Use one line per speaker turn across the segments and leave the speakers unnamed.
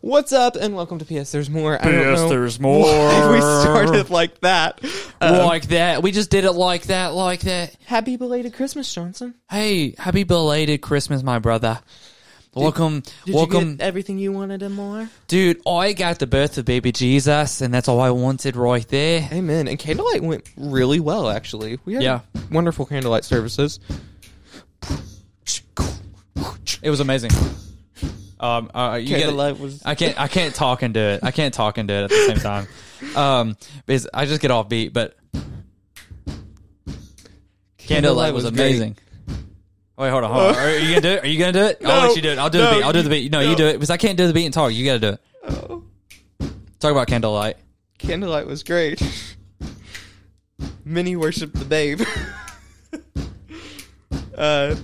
What's up and welcome to PS There's More. I don't
PS
know
There's More.
why we started like that. Um,
like that. We just did it like that, like that.
happy belated Christmas, Johnson.
Hey, happy belated Christmas, my brother. Welcome,
Did
welcome,
you get everything you wanted and more?
dude. Oh, I got the birth of baby Jesus, and that's all I wanted right there.
Amen. And candlelight went really well, actually. We had
Yeah.
wonderful candlelight services.
It was amazing. Um, uh, you get
Candlelight was-
I can't. I can't talk and do it. I can't talk and do it at the same time. Um, because I just get off beat. But candlelight was,
great.
amazing. Wait, hold on, hold on. Are you gonna do it? Are you gonna do it? I'll
No,
let you do it. I'll do
no,
the beat. I'll do the beat. No,
no.
you do it because I can't do the beat and talk. You gotta do it.
Oh,
Talk about candlelight.
candlelight was great. Many worship the babe. uh,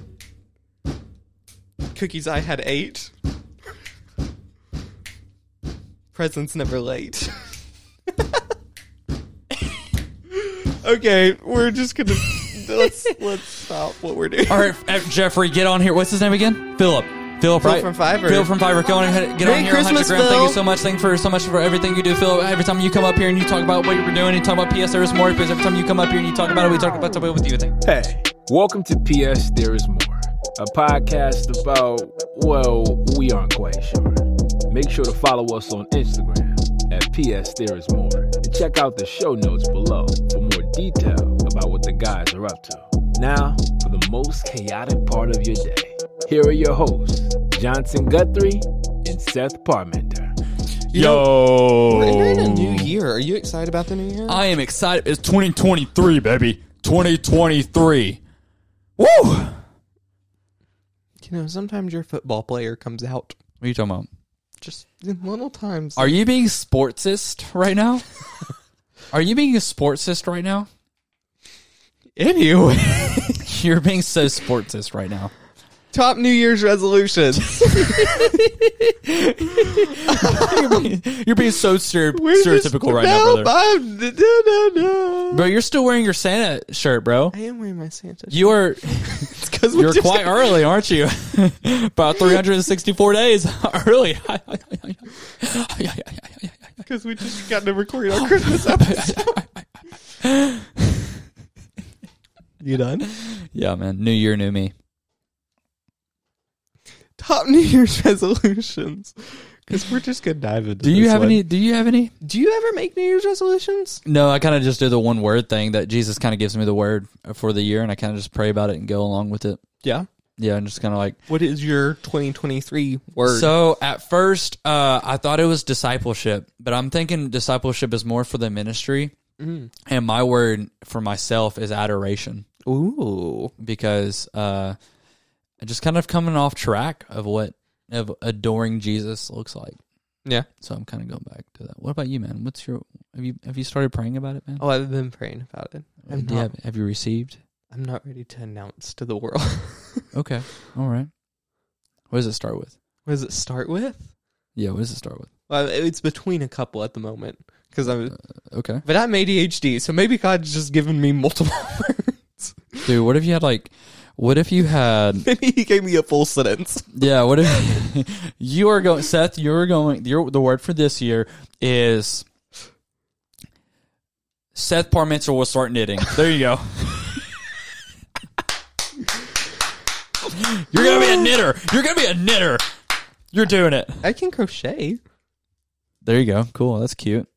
cookies I had eight. Presents never late. okay, we're just gonna let's let's stop what we're doing.
All right, uh, Jeffrey, get on here. What's his name again? Philip. Philip, right?
from Fiverr.
Philip from Fiverr. Go on ahead. Get
Merry
on here. on
Christmas,
100 Gram. Thank
Phil.
you so much. Thank you for so much for everything you do, Philip. Every time you come up here and you talk about what you're doing, you talk about PS Service More. Because every time you come up here and you talk about it, we talk about something with you.
Hey, welcome to PS There Is More, a podcast about, well, we aren't quite sure. Make sure to follow us on Instagram at PS There Is More and check out the show notes below for more detail about what the guys are up to. Now, for the most chaotic part of your day, here are your hosts, Johnson Guthrie and Seth Parmenter.
Yo.
We're in a new year. Are you excited about the new year?
I am excited. It's 2023, baby. 2023. Woo! What
you know, sometimes your football player comes out
are you talking about?
just in little times.
Are you being sportsist right now? are you being a sportsist right now?
anyway,
You're being so sportsist right now.
top New Year's resolutions.
you're, being, you're being so stere-
We're just-
stereotypical right now,
no,
brother.
I'm- da, da, da.
Bro, you're still wearing your Santa shirt, bro.
I am wearing my Santa.
You are
because
you're quite early, aren't you? About 364 days early.
because we just got to record our Christmas episode. you done?
yeah, man. New year, new me.
Top New Year's resolutions. Because we're just gonna dive into.
Do you
this
have
one.
any? Do you have any?
Do you ever make New Year's resolutions?
No, I kind of just do the one word thing that Jesus kind of gives me the word for the year, and I kind of just pray about it and go along with it.
Yeah.
Yeah, and just kind of like
What is your 2023 word?
So at first, uh, I thought it was discipleship, but I'm thinking discipleship is more for the ministry. And my word for myself is adoration
Ooh.
because uh, I just kind of coming off track of what of adoring Jesus looks like.
Yeah.
So I'm kind of going back to that. What about you, man? What's your have you have you started praying about it, man?
Oh, I've been praying about it. Oh, I'm not,
Do you have, have you received?
I'm not ready to announce to the world.
Okay, all right. What does it start with?
what does it start with?
Yeah, what does it start with?
Well, it's between a couple at the moment because I'm,
Okay,
but I'm ADHD, so maybe God's just given me multiple words.
dude. What if you had like, what if you had
maybe He gave me a full sentence.
Yeah, what if you are going Seth, you're going your the word for this year is Seth Parmenter will start knitting. There you go. you're gonna be a knitter. You're gonna be a knitter. You're doing it.
I can crochet.
There you go. Cool. That's cute.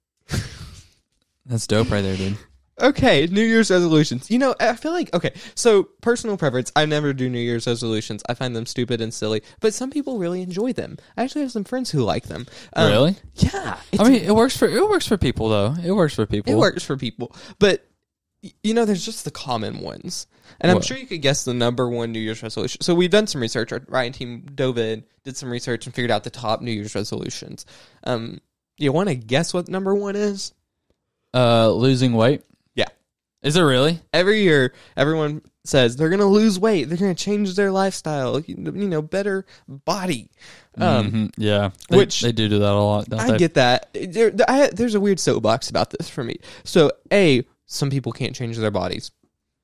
That's dope right there, dude.
Okay, New Year's resolutions. You know, I feel like okay. So personal preference. I never do New Year's resolutions. I find them stupid and silly. But some people really enjoy them. I actually have some friends who like them. Um,
really?
Yeah.
I mean it works for it works for people though. It works for people.
It works for people, but y- you know, there's just the common ones, and I'm
What?
sure you could guess the number one New Year's resolution. So we've done some research. Our Ryan team dove in, did some research, and figured out the top New Year's resolutions. Um, you want to guess what number one is?
Uh losing weight.
Yeah.
Is it really?
Every year, everyone says they're going to lose weight. They're going to change their lifestyle. You you know, better body. Um,
Mhm, yeah. They-
which-
they do do that a lot. Don't
I
they?
get that. There, th- I, there's a weird soapbox about this for me. So, a some people can't change their bodies.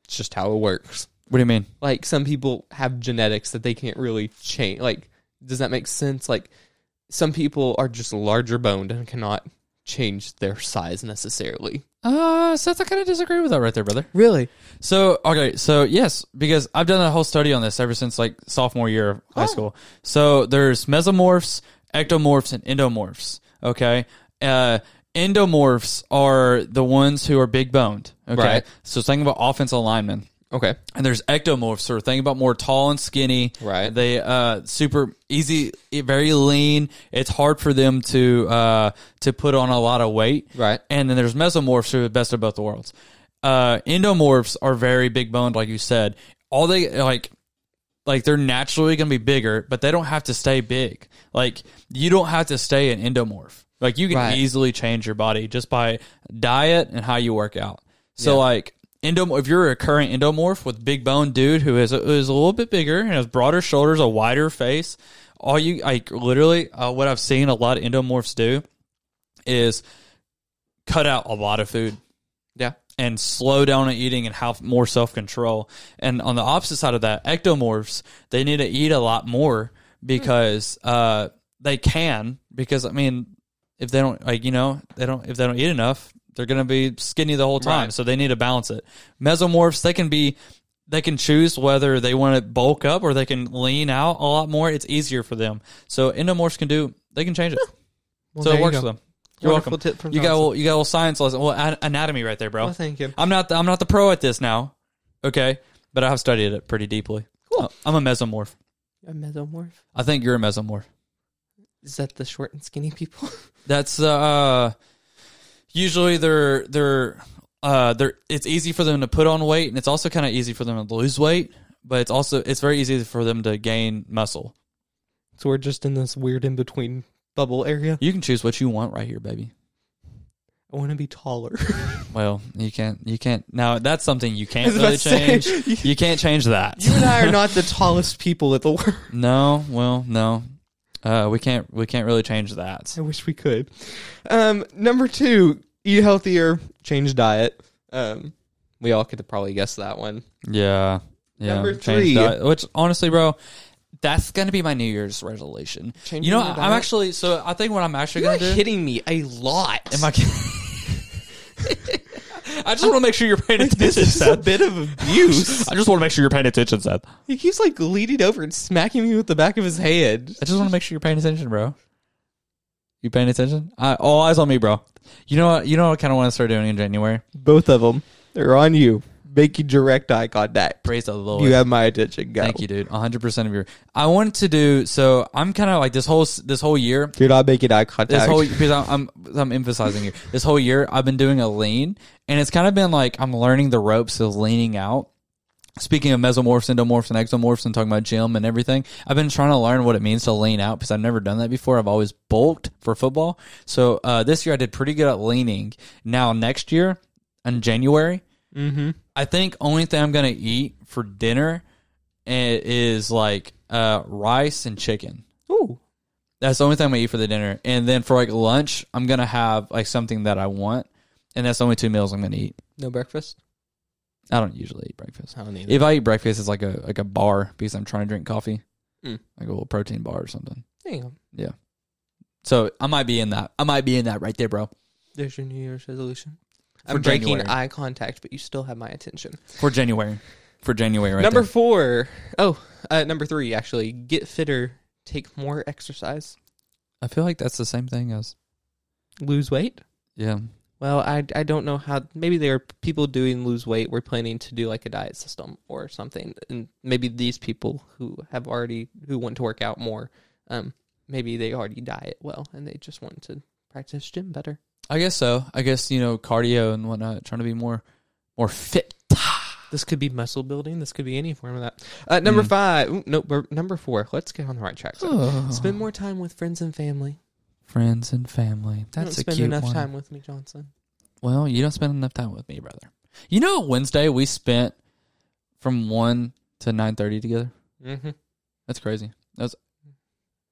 It's just how it works.
What do you mean?
like some people have genetics that they can't really change like does that make sense like some people are just larger boned and cannot change their size necessarily.
Uh, Seth, I kind of disagree with that right there, brother.
Really?
So, okay, so yes, because I've done a whole study on this ever since like sophomore year of high school. So there's mesomorphs, ectomorphs, and endomorphs. Okay, uh, endomorphs are the ones who are big boned. Okay,
Right.
so think about offensive linemen.
Okay.
And there's ectomorphs, or think about more tall and skinny.
Right.
They uh super easy, e, very lean. It's hard for them to uh to put on a lot of weight.
Right.
And then there's mesomorphs, who are the best of both worlds. Uh, endomorphs are very big boned, like you said. All they like like they're naturally going to be bigger, but they don't have to stay big. Like you don't have to stay an endomorph. Like you can
Right.
easily change your body just by diet and how you work out. So
Yeah.
like endom if you're a current endomorph with big bone dude who is who is a little bit bigger and has broader shoulders, a wider face, all you like literally uh, what I've seen a lot of endomorphs do is cut out a lot of food
Yeah.
and slow down on eating and have more self control. And on the opposite side of that, ectomorphs, they need to eat a lot more because
Hmm.
uh, they can. Because I mean, if they don't like, you know, they don't if they don't eat enough, they're gonna be skinny the whole time.
Right.
So they need to balance it. Mesomorphs, they can be. They can choose whether they want to bulk up or they can lean out a lot more. It's easier for them. So endomorphs can do. They can change it, so
there
it
you
works
go.
for them. You're
Wonderful
welcome.
tip from
you got a
Johnson.
little, you got a little science lesson. Well, an- anatomy right there, bro.
Well, thank you.
I'm not the, I'm not the pro at this now. Okay, but I have studied it pretty deeply. Uh,
Cool.
I'm a mesomorph.
A mesomorph.
I think you're a mesomorph.
Is that the short and skinny people?
That's uh, usually they're they're uh they're it's easy for them to put on weight, and it's also kind of easy for them to lose weight. But it's also it's very easy for them to gain muscle.
so we're just in this weird in between bubble area.
You can choose what you want right here, baby.
I want to be taller.
Well, you can't you can't now. That's something you can't
I
really
was about to
change.
say,
You can't change that.
you and I are not the tallest people in the world.
No, well, no. Uh, we can't we can't really change that.
I wish we could. Um, number two, eat healthier, change diet. Um, we all could probably guess that one.
Yeah. Yeah.
Number
Change
three.
diet. which honestly, bro, that's gonna be my New Year's resolution.
Changing
you know,
your
I'm
diet?
actually so I think what I'm actually
You're
gonna do.
hitting me a lot.
am I? I just want to make sure you're paying attention.
this is a bit of abuse.
I just want to make sure you're paying attention, Seth. I
he keeps like leaning over and smacking me with the back of his head.
just want to make sure you're paying attention, bro. You paying attention? I, all eyes on me, bro. You know what? You know what I kind of want to start doing in January.
Both of them. They're on you. Make you direct eye contact.
Praise the Lord.
You have my attention. Go.
Thank you, dude. 100% of your. I wanted to do so. I'm kind of like this whole this whole year.
You're not making eye
This
contact.
whole because I'm, I'm I'm emphasizing here. This whole year I've been doing a lean, and it's kind of been like I'm learning the ropes of leaning out. Speaking of mesomorphs, endomorphs, and exomorphs, and talking about gym and everything, I've been trying to learn what it means to lean out because I've never done that before. I've always bulked for football, so uh, this year I did pretty good at leaning. Now next year in January,
Mm-hmm.
I think only thing I'm gonna eat for dinner i- is like uh, rice and chicken.
Ooh.
That's the only thing I'm gonna eat for the dinner. And then for like lunch, I'm gonna have like something that I want, and that's the only two meals I'm gonna eat.
No breakfast?
I don't usually eat breakfast.
I don't either.
If I eat breakfast, it's like a like a bar because I'm trying to drink coffee,
Mm.
like a little protein bar or something.
Damn.
So I might be in that. I might be in that right there, bro.
There's your New Year's resolution.
For
I'm breaking
January.
eye contact, but you still have my attention.
For January, for January, right
number
there.
four. Oh, uh, number three, actually. Get fitter, take more exercise,
I feel like that's the same thing as
lose weight.
yeah.
Well, I, I don't know how. Maybe there are people doing lose weight. We're planning to do like a diet system or something, and maybe these people who have already who want to work out more, um, maybe they already diet well and they just want to practice gym better.
I guess so. I guess you know cardio and whatnot, trying to be more more fit.
This could be muscle building. This could be any form of that. Uh, number
Mm.
five. Ooh, no, we're- number four. Let's get on the right track. So, Spend more time with friends and family.
friends and family.
You
That's
don't
a
spend
cute
enough
one.
time with me, Johnson.
Well, you don't spend enough time with me, brother. You know, Wednesday we spent from one to nine thirty together.
Mm-hmm.
That's crazy. That was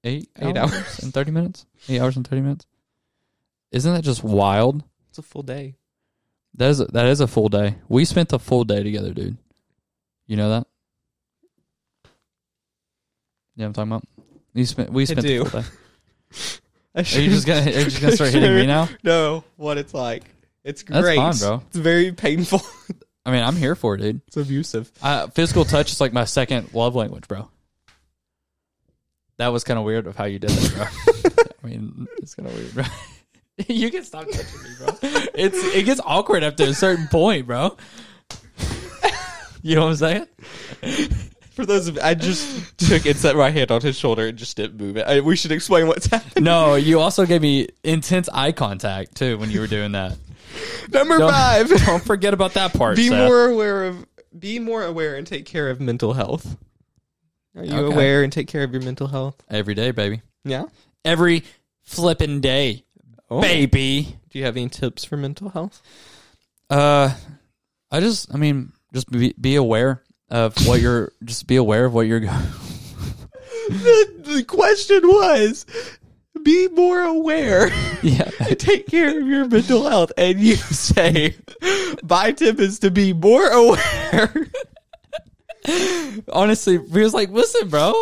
eight
Eight
hours,
hours.
and thirty minutes. Eight hours and thirty minutes. Isn't that just wild?
It's a full day.
That is that is a full day. We spent the full day together, dude. You know that? Yeah, I'm talking about. You spent we spent the
do.
full day. Are you just gonna are you just gonna start hitting me now?
No, what it's like. It's
That's
great.
fine, bro.
It's very painful.
I mean, I'm here for it, dude.
it's abusive.
Uh, physical touch is like my second love language, bro. That was kind of weird of how you did that, bro. I mean, it's kind of weird, bro. you can stop touching me, bro. It's it gets awkward after a certain point, bro. you know what I'm saying?
For those of I just took and set my hand on his shoulder and just didn't move it. I, we should explain what's happening.
No, you also gave me intense eye contact too when you were doing that.
Number
Don't,
5.
don't forget about that part.
Be
Seth.
more aware of be more aware and take care of mental health. Are you
Okay.
aware and take care of your mental health?
every day, baby.
Yeah.
Every flipping day,
Oh.
baby.
Do you have any tips for mental health?
Uh, I just, I mean, just be, be aware of what you're, just be aware of what you're going.
The, the question was be more aware.
yeah.
take care of your mental health and you say my tip is to be more aware
Honestly, he was like, listen, bro,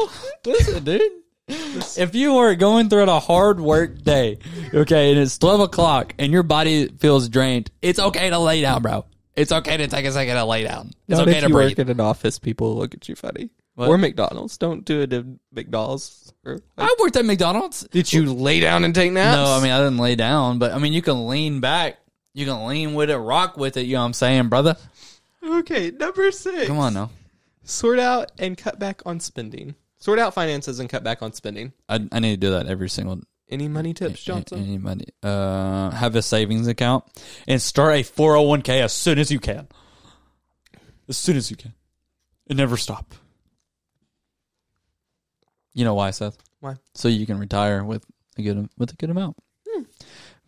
listen, dude. If you are going through a hard work day, okay, and it's 12 o'clock and your body feels drained, it's okay to lay down, bro. It's okay to take a second to lay down. It's
Not
okay
if
to
you
breathe.
work at an office people will look at you funny
What?
or mcdonald's don't do it at mcdonald's or,
I worked at McDonald's.
did you lay down and take naps
No, I mean I didn't lay down, but I mean you can lean back. You can lean with it, rock with it, you know what I'm saying, brother?
okay number six
Come on now.
sort out and cut back on spending sort out finances and cut back on spending
I, I need to do that every single
any money tips johnson
any money. Uh have a savings account and start a 401k as soon as you can. As soon as you can. And never stop. You know why, Seth?
Why?
So you can retire with a good with a good amount.
Hmm.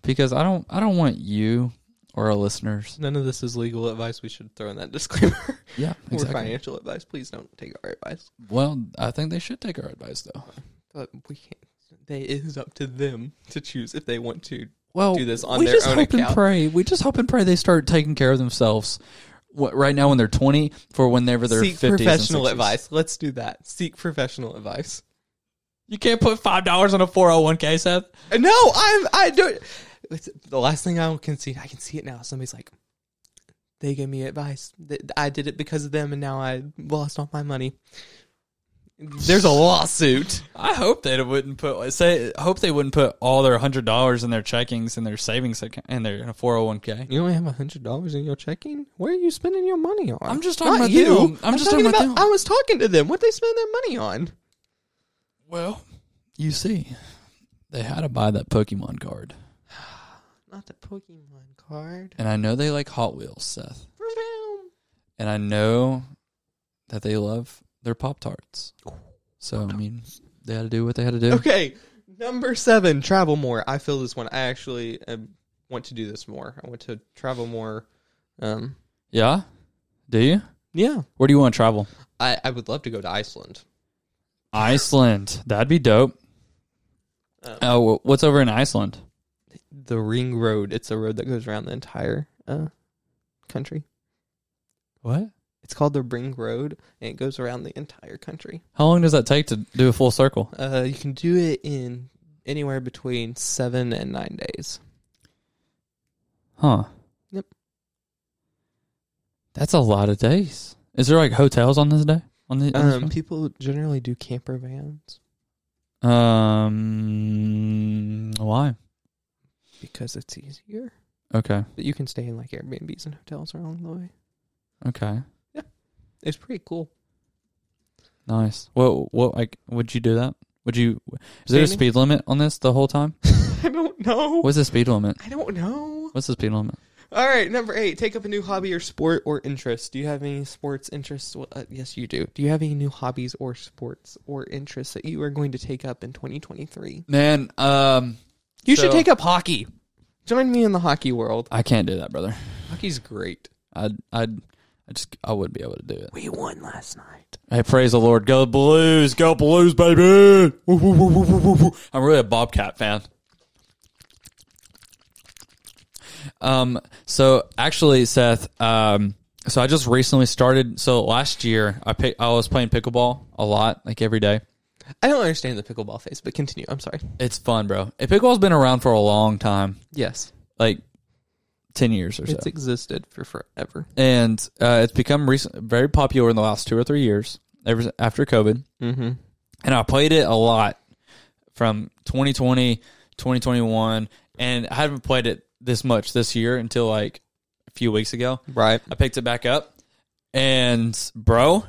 Because I don't I don't want you or our listeners.
none of this is legal advice we should throw in that disclaimer
Yeah,
or
exactly.
financial advice please don't take our advice
Well, I think they should take our advice though.
But we can't. They, it is up to them to choose if they want to.
well,
do this on
we
their
just
own
hope and
account.
pray. We just hope and pray they start taking care of themselves what, right now when they're 20 for whenever they're
Seek
50s and
professional
60s.
advice. Let's do that. Seek professional advice.
You can't put $5 on a 401k, Seth.
Uh, No, I'm. I don't. It's the last thing I can see, I can see it now. Somebody's like, they gave me advice. Th- I did it because of them, and now I lost all my money. There's a lawsuit.
I hope they wouldn't put say hope they wouldn't put all their $100 in their checkings and their savings account and their 401k.
You only have hundred dollars in your checking. Where are you spending your money on?
I'm just talking
Not
about
you.
them. I'm just talking about them.
I was talking to them. What they spend their money on?
Well, you see, they had to buy that Pokemon card.
Not the Pokemon card.
And I know they like Hot Wheels, Seth.
Vroom.
and I know that they love their Pop Tarts. So I mean, they had to do what they had to do.
Okay, number seven, travel more. I feel this one. I actually um, want to do this more. I want to travel more. Um,
Yeah, do you?
yeah,
Where do you want to travel?
I, I would love to go to Iceland.
Iceland. That'd be dope.
Um,
Oh, wh- what's over in Iceland?
The Ring Road. It's a road that goes around the entire uh, country.
What?
It's called the Ring Road, and it goes around the entire country.
How long does that take to do a full circle?
Uh, you can do it in anywhere between seven and nine days.
Huh.
Yep.
That's a lot of days. Is there like hotels on this day? On the on this
Um,
one?
people generally do camper vans
um why?
because it's easier.
Okay.
But you can stay in like Airbnbs and hotels along the way.
Okay.
It's pretty cool.
Nice. Well, what like would you do that? Would you? Is there a
Jamie?
speed limit on this the whole time?
I don't know.
What's the speed limit?
I don't know.
What's the speed limit?
All right, number eight. Take up a new hobby or sport or interest. Do you have any sports interests? Well, uh, yes, you do. Do you have any new hobbies or sports or interests that you are going to take up in 2023?
Man, um,
You
So-
should take up hockey. Join me in the hockey world.
I can't do that, brother.
Hockey's great.
I'd, I'd, I just, I wouldn't be able to do it.
We won last night.
Hey, praise the Lord. Go Blues, go Blues, baby. Woo, woo, woo, woo, woo, woo, woo. I'm really a Bobcat fan. Um, so actually, Seth, um, so I just recently started. So last year, I pick, I was playing pickleball a lot, like every day.
I don't understand the pickleball phase, but continue. I'm sorry.
It's fun, bro. And Pickleball's been around for a long time,
Yes,
like ten years or so,
it's existed for forever.
and uh, it's become recent, very popular in the last two or three years. Ever after COVID,
Mm-hmm.
and I played it a lot from 2020, 2021, and I haven't played it this much this year until like a few weeks ago.
Right.
I picked it back up, and bro,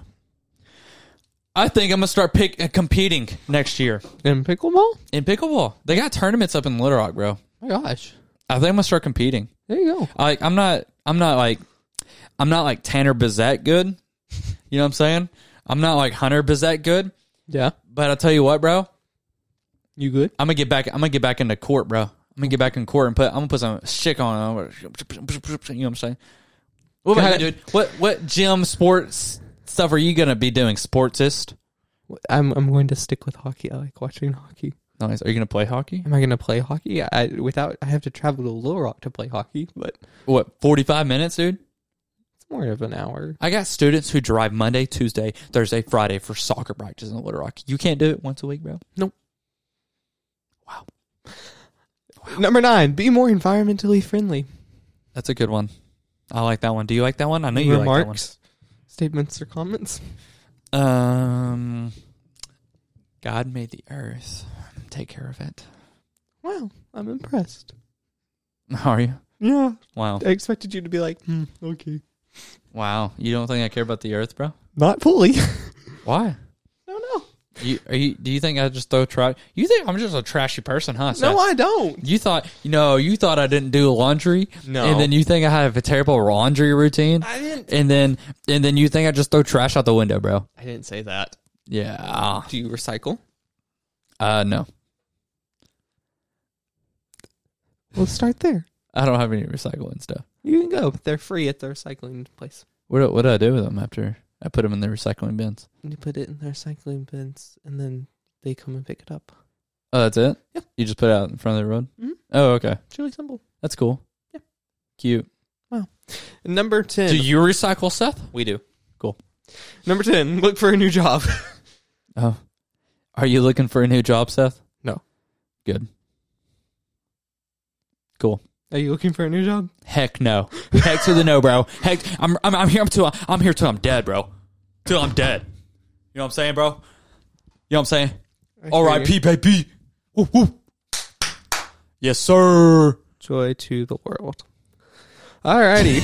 I think I'm gonna start pick uh, competing next year
And pickleball?
in pickleball. They got tournaments up in Little Rock, bro.
My gosh.
I think I'm gonna start competing.
There you go.
Like I'm not, I'm not like, I'm not like Tanner Bazette good. You know what I'm saying? I'm not like Hunter Bazette good.
Yeah.
But I tell you what, bro,
You good?
I'm gonna get back. I'm gonna get back into court, bro. I'm gonna get back in court and put. I'm gonna put some shit on. I'm gonna- You know what I'm saying? What about you, dude? What what gym sports stuff are you gonna be doing? Sportsist?
I'm I'm going to stick with hockey. I like watching hockey.
Nice. Are you gonna play hockey?
Am I going to play hockey? I without I have to travel to Little Rock to play hockey, but
What 45 minutes, dude?
it's more of an hour.
I got students who drive Monday, Tuesday, Thursday, Friday for soccer practice in Little Rock. You can't do it once a week, bro.
Number nine, be more environmentally friendly.
That's a good one. I like that one. Do you like that one? I know you
Remarks, statements, or comments.
like that one. Um, God made the earth. Take care of it.
Wow, I'm impressed.
Are you?
Yeah,
Wow.
I expected you to be like, hmm, okay,
Wow, you don't think I care about the Earth, bro?
not fully.
Why?
no, no,
You, are you do you think I just throw trash? You think I'm just a trashy person, huh?
no,
Seth?
I don't.
you thought you know you thought I didn't do laundry,
No.
and then you think I have a terrible laundry routine,
I didn't.
and then and then you think I just throw trash out the window, bro?
I didn't say that.
Yeah,
Do you recycle?
uh, no,
We'll start there.
I don't have any recycling stuff.
You can go. They're free at the recycling place.
What do- what do I do with them after I put them in the recycling bins?
And you put it in the recycling bins, and then they come and pick it up.
Oh, that's it.
Yeah.
you just put it out in front of the road.
Mhm.
Oh, okay,
It's really simple.
that's cool.
Yeah.
cute.
Number ten.
Do you recycle stuff?
we do.
Cool.
Number ten. Look for a new job.
Oh. Are you looking for a new job, Seth?
No.
Good.
Are you looking for a new job?
Heck no. Heck to the no, bro. Heck I'm I'm, I'm here up to I'm here till I'm dead, bro. Till I'm dead. You know what I'm saying, bro? You know what I'm saying? All right, P baby. Woo, woo. Yes, sir.
joy to the world. Alrighty.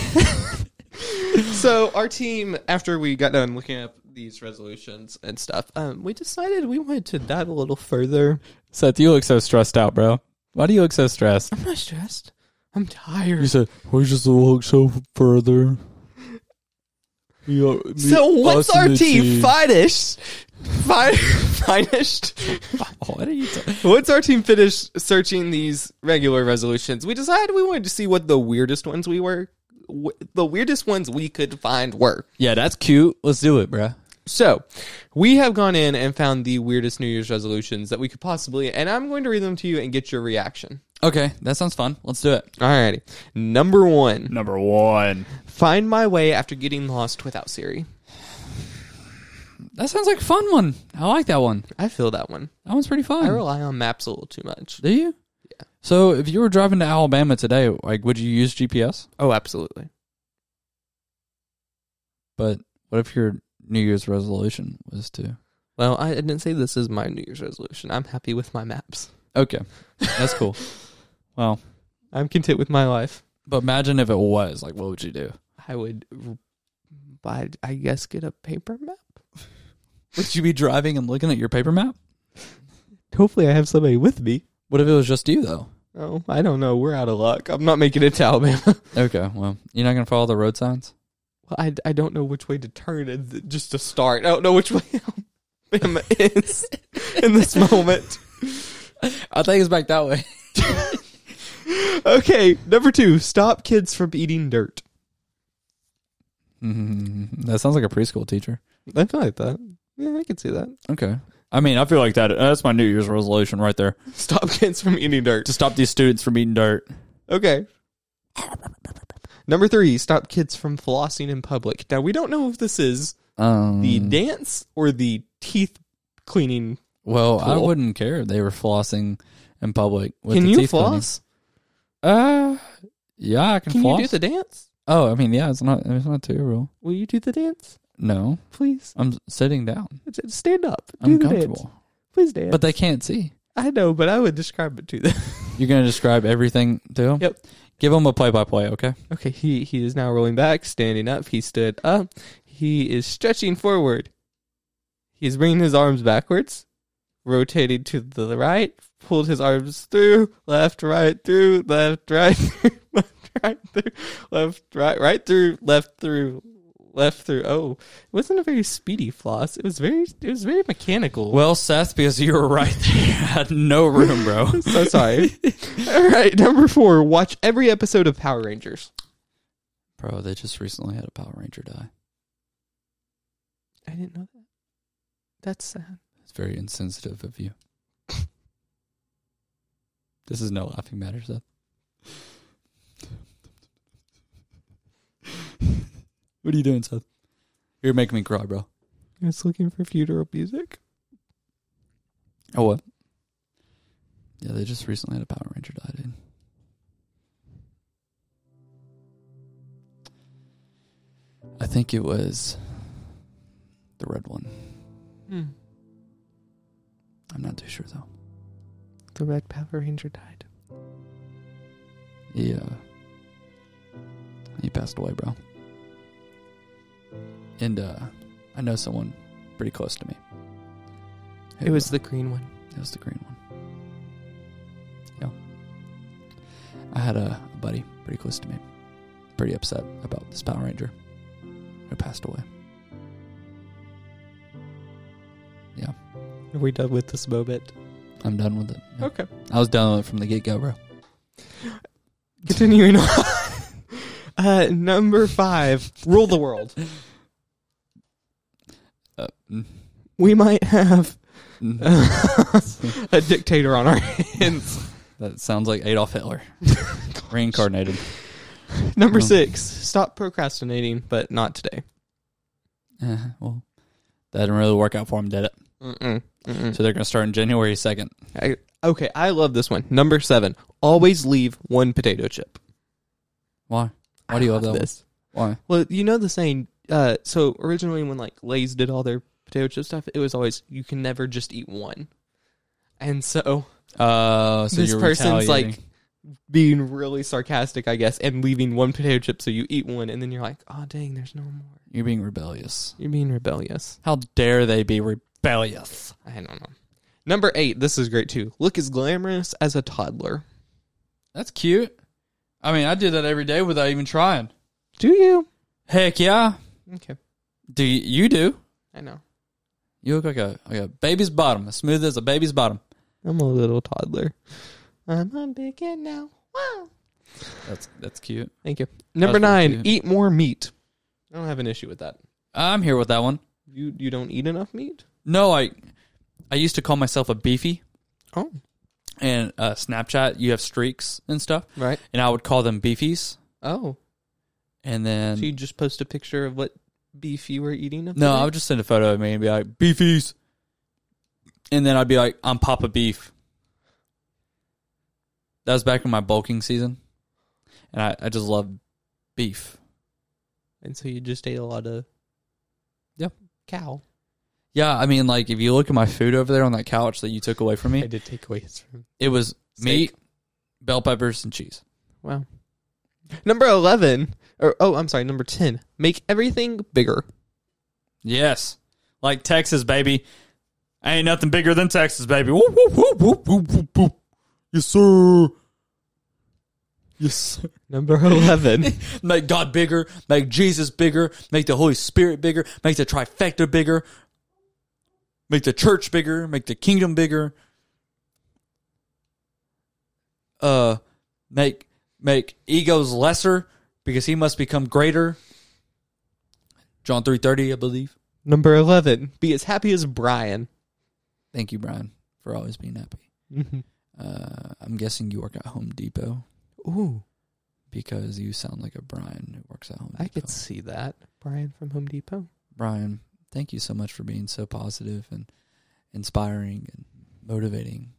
so our team, after we got done looking up these resolutions and stuff, um, we decided we wanted to dive a little further.
Seth, you look so stressed out, bro. Why do you look so stressed?
I'm not stressed. I'm tired.
said we just look so further.
So what's our team? Finished. Fi- Finished.
What are you? talking?
Once our team finished searching these regular resolutions, we decided we wanted to see what the weirdest ones we were, w- the weirdest ones we could find were.
yeah, that's cute. Let's do it, bro.
So, we have gone in and found the weirdest New Year's resolutions that we could possibly, and I'm going to read them to you and get your reaction.
Okay, that sounds fun. Let's do it.
Alrighty. Number one,
Number one.
find my way after getting lost without Siri.
That sounds like a fun one. I like that one.
I feel that one.
That one's pretty
I
fun.
rely on maps a little too much.
Do you?
Yeah.
So if you were driving to Alabama today, like, would you use GPS?
Oh, absolutely.
But what if your New Year's resolution was to?
Well, I didn't say this is my New Year's resolution. I'm happy with my maps.
Okay, that's cool. Well,
I'm content with my life.
but imagine if it was like, what would you do?
I would, r- buy, I guess, get a paper map.
Would you be driving and looking at your paper map?
Hopefully, I have somebody with me.
What if it was just you though?
Oh, I don't know. We're out of luck. I'm not making it to Alabama.
Okay, well, you're not gonna follow the road signs.
Well, I, I don't know which way to turn and th- just to start. I don't know which way Alabama is in this moment.
I think it's back that way.
Okay, number two, stop kids from eating dirt.
Mm, that sounds like a preschool teacher.
I feel like that. Yeah, I can see that.
Okay, I mean, I feel like that—that's my New Year's resolution right there.
Stop kids from eating dirt.
to stop these students from eating dirt.
Okay. Number three, stop kids from flossing in public. Now, we don't know if this is
Um,
the dance or the teeth cleaning
Well, I
Cool.
wouldn't care if they were flossing in public. With
Can
the
you
teeth cleaning.
floss?
Uh, yeah, I can,
Can
floss.
you do the dance?
oh, I mean, yeah, it's not it's not terrible.
Will you do the dance?
No,
Please
I'm sitting down.
It's- it's stand up. Do
I'm
the
comfortable,
Dance. Please dance.
but they can't see.
I know, but I would describe it to them.
You're gonna describe everything to them.
Yep.
Give them a play-by-play, okay?
Okay, he he is now rolling back, standing up. He stood up. He is stretching forward. He's bringing his arms backwards, rotating to the right, pulled his arms through, left, right, through, left, right, through, left, right, through, left, right, right through, left through, left through. Oh, it wasn't a very speedy floss. It was very it was very mechanical.
Well, Seth, because you were right there, I had no room, bro.
so sorry. All right, number four. Watch every episode of Power Rangers.
bro, they just recently had a Power Ranger die.
I didn't know that. That's sad.
It's very insensitive of you. this is no laughing matter, Seth. what are you doing, Seth? You're making me cry, bro.
I was looking for funeral music.
Oh what? Yeah, they just recently had a Power Ranger die, dude. I think it was the red one. Hmm. I'm not too sure though.
The Red Power Ranger died.
He uh he passed away, bro. And uh I know someone pretty close to me. who,
It was
uh,
the green one.
it was the green one. Yeah. I had a, a buddy pretty close to me, pretty upset about this Power Ranger who passed away.
Are we done with this moment?
I'm done with it. Yeah.
Okay.
I was done with it from the get go, bro.
Continuing on. Uh, number five, rule the world.
Uh, mm,
We might have
mm.
uh, a dictator on our hands.
that sounds like Adolf Hitler reincarnated.
Number
Mm.
six, stop procrastinating, but not today.
Uh, well, that didn't really work out for him, did it?
Mm-mm, mm-mm.
So they're going to start on January 2nd.
I, okay, I love this one. Number seven, always leave one potato chip.
Why? Why do you love that one?
this?
Why?
Well, you know the saying. Uh, so originally, when like Lay's did all their potato chip stuff, it was always you can never just eat one. And so
Uh, so
this
you're
person's like
retaliating.
being really sarcastic, I guess, and leaving one potato chip so you eat one, and then you're like, oh dang, there's no more.
You're being rebellious.
You're being rebellious.
How dare they be rebellious?
I don't know. Number eight, this is great too. Look as glamorous as a toddler.
That's cute. I mean, I do that every day without even trying.
Do you?
Heck yeah.
Okay,
Do you, you do?
I know.
You look like a like a baby's bottom, as smooth as a baby's bottom.
I'm a little toddler. I'm a big kid now. Wow.
That's that's cute.
Thank you. Number
That's pretty
nine,
cute.
eat more meat. I don't have an issue with that.
I'm here with that one.
You you don't eat enough meat?
No, I I used to call myself a beefy,
Oh,
and uh, Snapchat you have streaks and stuff,
right.
and I would call them beefies,
Oh,
and then
so you just post a picture of what beef you were eating? Of
no, I would just send a photo of me and be like beefies, and then I'd be like I'm Papa Beef. That was back in my bulking season, and I, I just loved beef.
and so you just ate a lot of
Yep.
cow.
Yeah, I mean, like if you look at my food over there on that couch that you took away from me,
did take away his room.
It was
Steak.
meat, bell peppers, and cheese.
Wow. Number eleven, or oh, I'm sorry, number ten. Make everything bigger.
Yes, like Texas, baby. Ain't nothing bigger than Texas, baby. Whoop, whoop, whoop, whoop, whoop, whoop, whoop. Yes, sir. Yes. Sir.
Number eleven,
Make God bigger. Make Jesus bigger. Make the Holy Spirit bigger. Make the trifecta bigger. Make the church bigger. Make the kingdom bigger. Uh, make make egos lesser because he must become greater. John three thirty, I believe.
number eleven. Be as happy as Brian.
Thank you, Brian, for always being happy.
Mm-hmm.
Uh, I'm guessing you work at Home Depot
Ooh,
because you sound like a Brian who works at Home Depot.
I could see that Brian Oh. from Home Depot.
Brian, thank you so much for being so positive and inspiring and motivating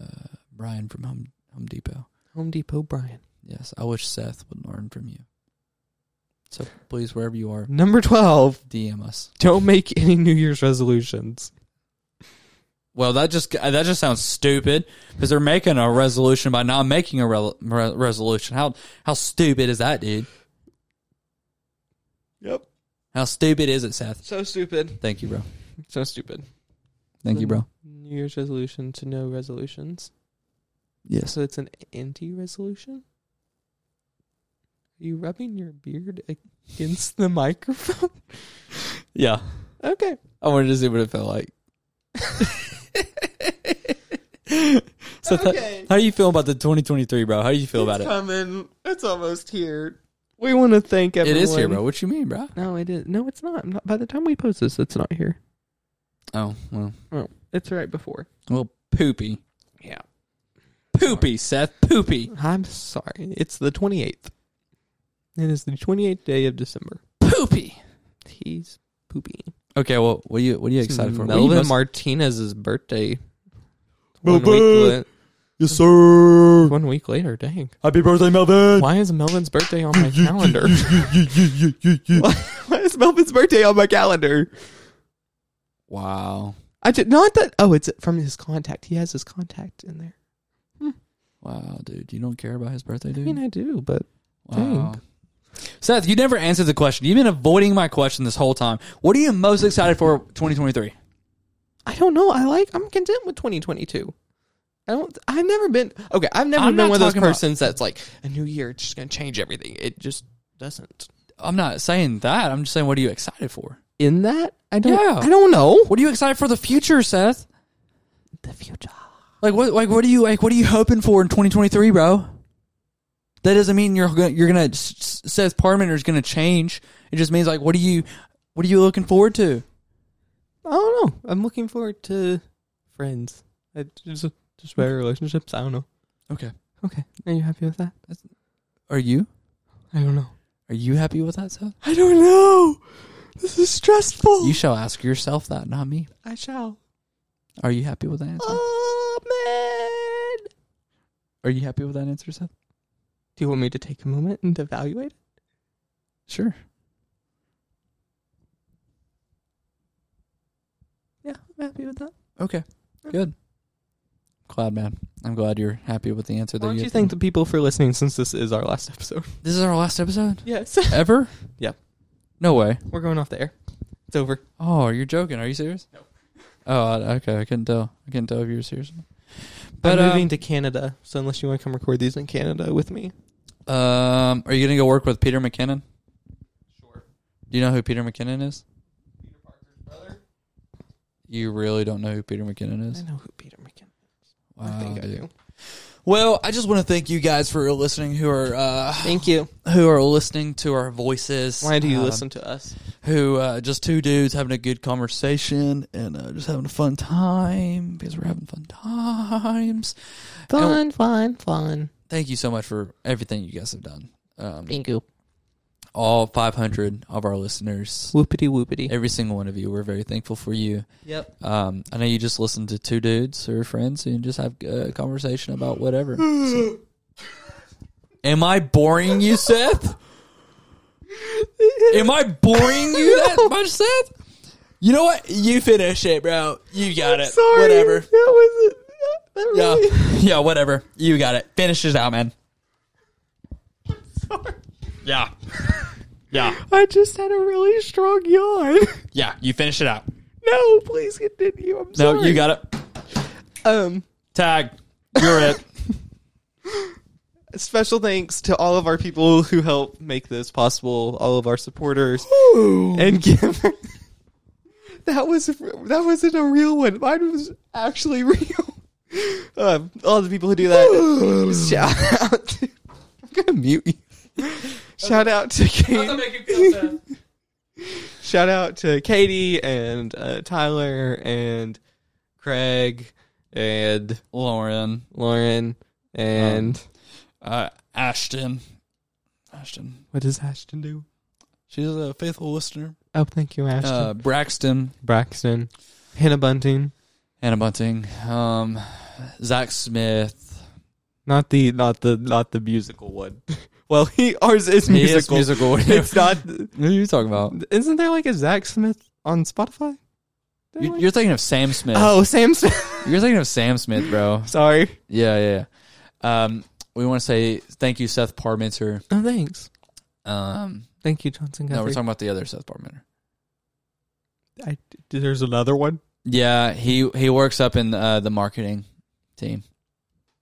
uh, Brian from Home, Home Depot.
Home Depot Brian.
Yes, I wish Seth would learn from you. So please, wherever you are,
Number 12,
DM us.
don't make any New Year's resolutions.
Well, that just that just sounds stupid because they're making a resolution by not making a re- re- resolution. How how stupid is that, dude?
Yep.
How stupid is it, Seth?
So stupid.
Thank you, bro.
So stupid.
Thank you, bro.
New Year's resolution to no resolutions.
Yes.
So it's an anti resolution? Are you rubbing your beard against the microphone?
Yeah.
Okay.
I wanted to see what it felt like. so th-
Okay.
how do you feel about the 2023, bro? How do you feel about
it's
it?
coming. It's almost here. We want to thank everyone.
It is here, bro. What you mean, bro?
No, it is. No, it's not. Not- By the time we post this, it's not here.
Oh well,
It's right before.
well, poopy,
Yeah.
poopy, Seth, poopy,
I'm sorry. It's the 28th. It is the 28th day of December.
poopy.
He's poopy.
Okay, well, what are you what are you excited for?
Melvin
We must-
Martinez's birthday.
Melvin!
week
yes, sir.
la- one week later, dang.
Happy birthday, Melvin.
Why is Melvin's birthday on my calendar? Why is Melvin's birthday on my calendar?
Wow,
I did not that. Oh, it's from his contact. He has his contact in there.
wow, dude, you don't care about his birthday,
I
dude.
mean, I do, but
Wow. Seth, you never answered the question. You've been avoiding my question this whole time. What are you most excited for 2023?
I don't know. I like. I'm content with 2022. I don't. I've never been. Okay, I've never
I'm
been
not
one of those
talking about-
persons that's like a new year. It's just gonna change everything. It just doesn't.
I'm not saying that. I'm just saying, what are you excited for?
In that, I don't.
Yeah.
I don't know
What are you excited for the future, Seth?
the future.
Like what? Like what are you like? What are you hoping for in 2023, bro? That doesn't mean you're gonna, you're gonna S- S- Seth Parmenter is gonna change. It just means like what are you what are you looking forward to?
I don't know. I'm looking forward to friends. I just just better relationships. I don't know.
Okay.
Okay, are you happy with that?
Are you
I don't know.
are you happy with that, Seth?
I don't know. This is stressful.
You shall ask yourself that, not me.
I shall.
Are you happy with that answer?
Oh man.
Are you happy with that answer, Seth?
Do you want me to take a moment and evaluate?
Sure.
Yeah, I'm happy with that.
Okay.
Yeah.
Good. Cloud man, I'm glad you're happy with the answer.
Why
that
don't you
have
thank the people for listening since this is our last episode?
this is our last episode
Yes.
ever?
Yep.
No way.
We're going off the air. It's over.
Oh, you're joking. Are you serious? No. Oh, I- okay. I couldn't tell. I couldn't tell if you were serious. or not. But
I'm moving
um,
to Canada, so unless you want to come record these in Canada with me.
um, are you gonna go work with Peter McKinnon?
Sure.
Do you know who Peter McKinnon is?
Peter Parker's brother.
You really don't know who Peter McKinnon
I
is.
know who Peter Oh, McKinnon.
Wow,
I think I
dude.
do.
Well, I just want to thank you guys for listening. Who are uh,
Thank you.
who are listening to our voices?
Why do you
Um,
listen to us?
Who uh, just two dudes having a good conversation and uh, just having a fun time because we're having fun times.
Fun, fun, fun.
Thank you so much for everything you guys have done. Um,
Thank you.
all 500 of our listeners.
Whoopity whoopity.
Every single one of you, we're very thankful for you.
Yep.
Um, I know you just listened to two dudes who are friends and just have a conversation about whatever. So- Am I boring you, Seth? Am I boring you that much, Seth? You know what? You finish it, bro. You got it.
Sorry.
Whatever.
That was it. That
Yeah.
really.
Yeah, whatever. You got it. Finish it out, man.
Sorry.
Yeah. Yeah.
I just had a really strong yawn.
Yeah. You finish it out.
no, please continue. I'm
No,
sorry.
you got it.
Um.
Tag. You're it.
Special thanks to all of our people who help make this possible, all of our supporters and givers. That was that wasn't a real one. Mine was actually real. Um, all the people who do that. shout out to, I'm gonna mute you. Shout out to Katie. Shout out to Katie and uh, Tyler and Craig and
Lauren,
Lauren and
uh, Ashton, Ashton.
what does Ashton do?
She's a faithful listener.
Oh, thank you, Ashton.
Uh, Braxton,
Braxton, Hannah Bunting,
Hannah Bunting, um, Zach Smith.
Not the not the not the musical one. well, he ours is
He is
musical.
musical.
It's not.
Who are you talking about?
Isn't there like a Zach Smith on Spotify? There
You-
like-
You're thinking of Sam Smith.
oh, Sam Smith.
You're thinking of Sam Smith, bro.
Sorry.
Yeah, yeah. yeah. Um, we want to say thank you, Seth Parmenter.
No Oh, thanks.
Um,
Thank you, Johnson.
no, we're
Guthrie.
talking about the other Seth Parmenter.
I, there's another one.
Yeah, he he works up in uh, the marketing team.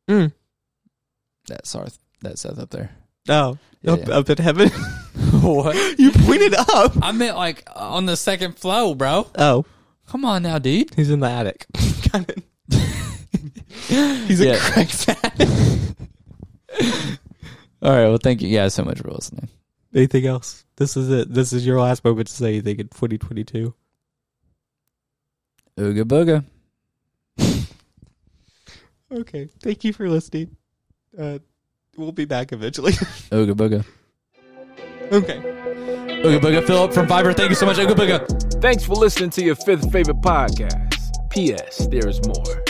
Mm.
That Sarth, that Seth up there.
Oh,
Yeah,
up,
yeah.
up in heaven.
what?
you pointed up.
I meant like on the second flow, bro.
Oh,
Come on now, dude.
he's in the attic. Got it. he's
Yeah.
a crack fan.
All right. Well, thank you guys so much for listening.
Anything else? This is it. This is your last moment to say anything in 2022.
Ooga booga.
Okay. Thank you for listening. Uh, we'll be back eventually.
Ooga booga.
okay.
Ooga booga. Philip from Fiverr. Thank you so much. Ooga booga.
Thanks for listening to your fifth favorite podcast. P.S. There is more.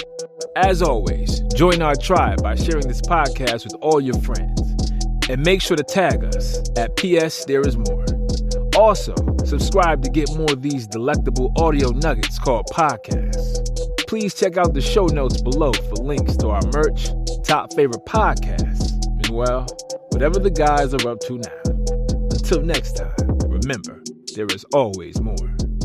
As always, join our tribe by sharing this podcast with all your friends. And make sure to tag us at P.S. There is more. Also, subscribe to get more of these delectable audio nuggets called podcasts. Please check out the show notes below for links to our merch, top favorite podcasts, and well, whatever the guys are up to now. Until next time, remember, there is always more.